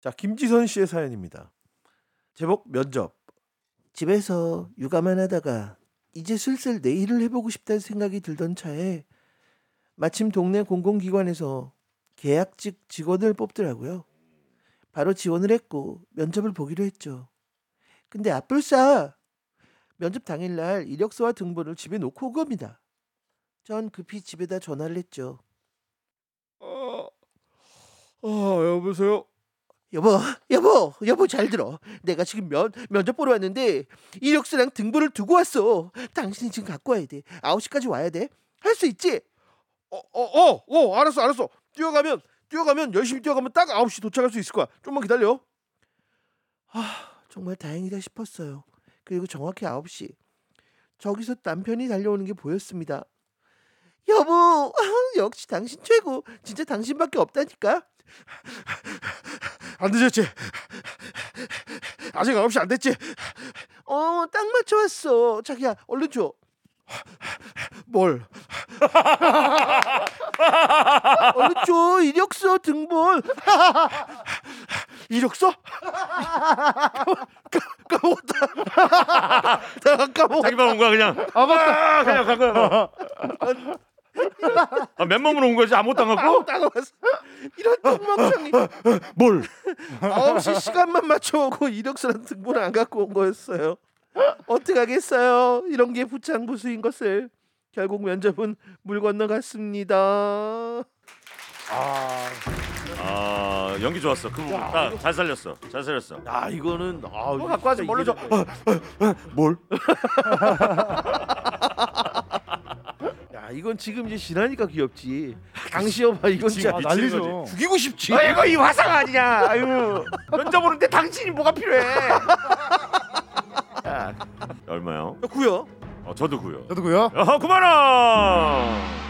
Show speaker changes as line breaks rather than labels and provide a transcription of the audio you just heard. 자, 김지선 씨의 사연입니다. 제목 면접. 집에서 육아만 하다가 이제 슬슬 내일을 해보고 싶다는 생각이 들던 차에 마침 동네 공공기관에서 계약직 직원을 뽑더라고요. 바로 지원을 했고 면접을 보기로 했죠. 근데 아뿔싸 면접 당일날 이력서와 등본을 집에 놓고 온 겁니다. 전 급히 집에다 전화를 했죠.
어, 어, 여보세요?
여보, 여보, 여보 잘 들어. 내가 지금 면 면접 보러 왔는데 이력서랑 등본을 두고 왔어. 당신이 지금 갖고 와야 돼. 9시까지 와야 돼. 할 수 있지?
어, 어, 어, 어, 알았어, 알았어. 뛰어가면, 뛰어가면, 열심히 뛰어가면 딱 9시 도착할 수 있을 거야. 좀만 기다려.
아, 정말 다행이다 싶었어요. 그리고 정확히 9시. 저기서 남편이 달려오는 게 보였습니다. 여보, 역시 당신 최고. 진짜 당신밖에 없다니까.
안 늦었지? 아직 9시 안 됐지?
어, 딱 맞춰 왔어. 자기야, 얼른 줘.
뭘?
얼른 줘. 이력서 등본.
이력서?
내가 까먹어.
자기만 온 거야 그냥. 아 맞다. 그냥 간 거야. 뭐. 아, 맨몸으로 온 거지 아무것도 안 갖고?
따가웠어. 이런 똥멍청이.
어,
뭘?
9시 시간만 맞춰오고 이력서랑 등본을 안 갖고 온 거였어요. 어떡하겠어요. 이런 게 부창부수인 것을. 결국 면접은 물 건너갔습니다.
아 연기 좋았어. 그 부분 딱잘 살렸어. 잘 살렸어.
아, 이거는 아,
뭐 갖고 와서 뭘로 줘?
어, 뭘?
야 이건 지금 이제 지나니까 귀엽지. 당시여봐 이건 진짜
아, 미친
난리죠.
죽이고 싶지.
아이고 이 화상 아니냐. 아유 면접 오는데 당신이 뭐가 필요해? 얼마요?
구요.
어, 저도 구요.
저도고요.
어, 9만 원.